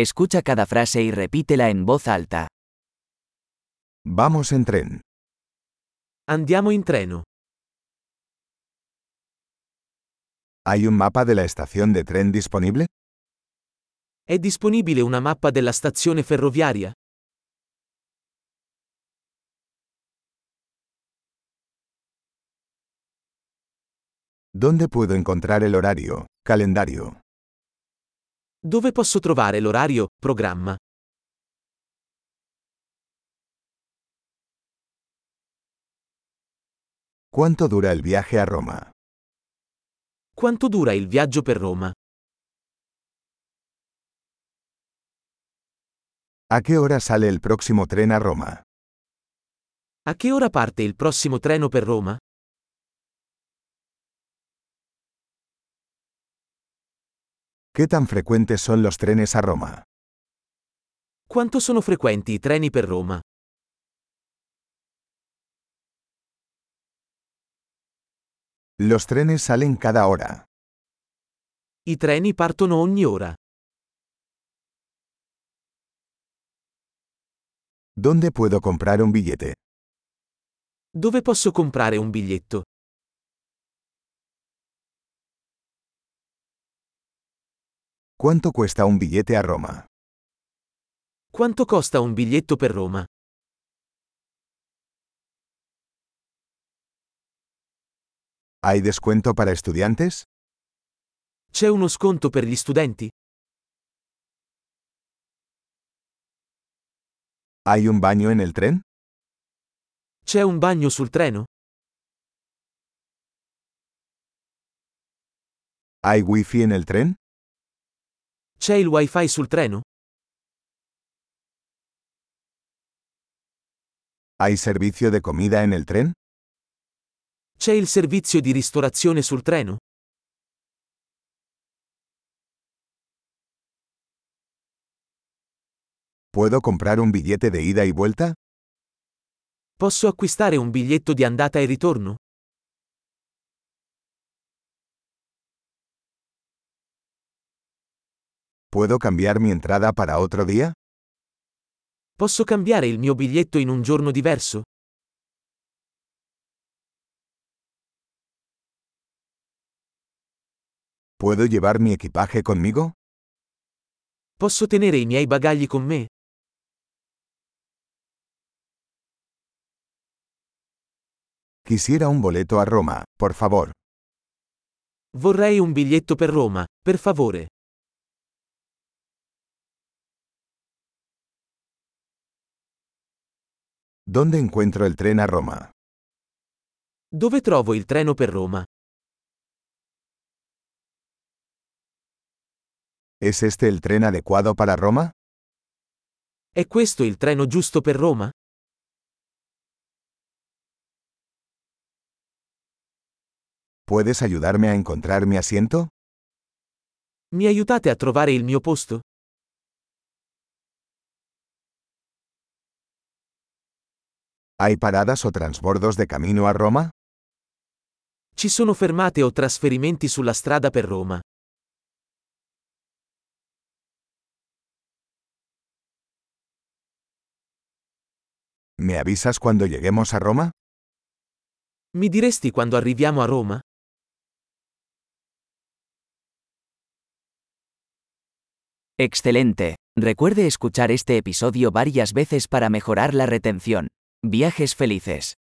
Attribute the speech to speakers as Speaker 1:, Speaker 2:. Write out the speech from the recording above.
Speaker 1: Escucha cada frase y repítela en voz alta.
Speaker 2: Vamos en tren.
Speaker 3: Andiamo in treno.
Speaker 2: ¿Hay un mapa de la estación de tren disponible?
Speaker 3: È disponibile una mappa della stazione ferroviaria?
Speaker 2: ¿Dónde puedo encontrar el horario, calendario?
Speaker 3: Dove posso trovare l'orario, programma?
Speaker 2: ¿Cuánto dura el viaje a Roma?
Speaker 3: Quanto dura il viaggio per Roma?
Speaker 2: ¿A qué hora sale el próximo tren a Roma?
Speaker 3: A che ora parte il prossimo treno per Roma?
Speaker 2: ¿Qué tan frecuentes son los trenes a Roma?
Speaker 3: Quanto sono frequenti i treni per Roma?
Speaker 2: Los trenes salen cada hora.
Speaker 3: I treni partono ogni ora.
Speaker 2: ¿Dónde puedo comprar un billete?
Speaker 3: Dove posso comprare un biglietto?
Speaker 2: ¿Cuánto cuesta un billete a Roma?
Speaker 3: Quanto costa un biglietto per Roma?
Speaker 2: ¿Hay descuento para estudiantes?
Speaker 3: C'è uno sconto per gli studenti?
Speaker 2: ¿Hay un baño en el tren?
Speaker 3: C'è un bagno sul treno?
Speaker 2: ¿Hay wifi en el tren?
Speaker 3: C'è il wifi sul treno?
Speaker 2: ¿Hay servicio de comida en el tren?
Speaker 3: C'è il servizio di ristorazione sul treno?
Speaker 2: ¿Puedo comprar un billete de ida y vuelta?
Speaker 3: Posso acquistare un biglietto di andata e ritorno?
Speaker 2: ¿Puedo cambiar mi entrada para otro día?
Speaker 3: Posso cambiare il mio biglietto in un giorno diverso?
Speaker 2: ¿Puedo llevar mi equipaje conmigo?
Speaker 3: Posso tenere i miei bagagli con me?
Speaker 2: Quisiera un boleto a Roma, por favor.
Speaker 3: Vorrei un biglietto per Roma, per favore.
Speaker 2: ¿Dónde encuentro el tren a Roma?
Speaker 3: Dove trovo il treno per Roma?
Speaker 2: ¿Es este el tren adecuado para Roma?
Speaker 3: È questo il treno giusto per Roma?
Speaker 2: ¿Puedes ayudarme a encontrar mi asiento?
Speaker 3: Mi aiutate a trovare il mio posto?
Speaker 2: ¿Hay paradas o transbordos de camino a Roma?
Speaker 3: Ci sono fermate o trasferimenti sulla strada per Roma?
Speaker 2: ¿Me avisas cuando lleguemos a Roma?
Speaker 3: Mi diresti quando arriviamo a Roma?
Speaker 1: Excelente. Recuerde escuchar este episodio varias veces para mejorar la retención. Viajes felices.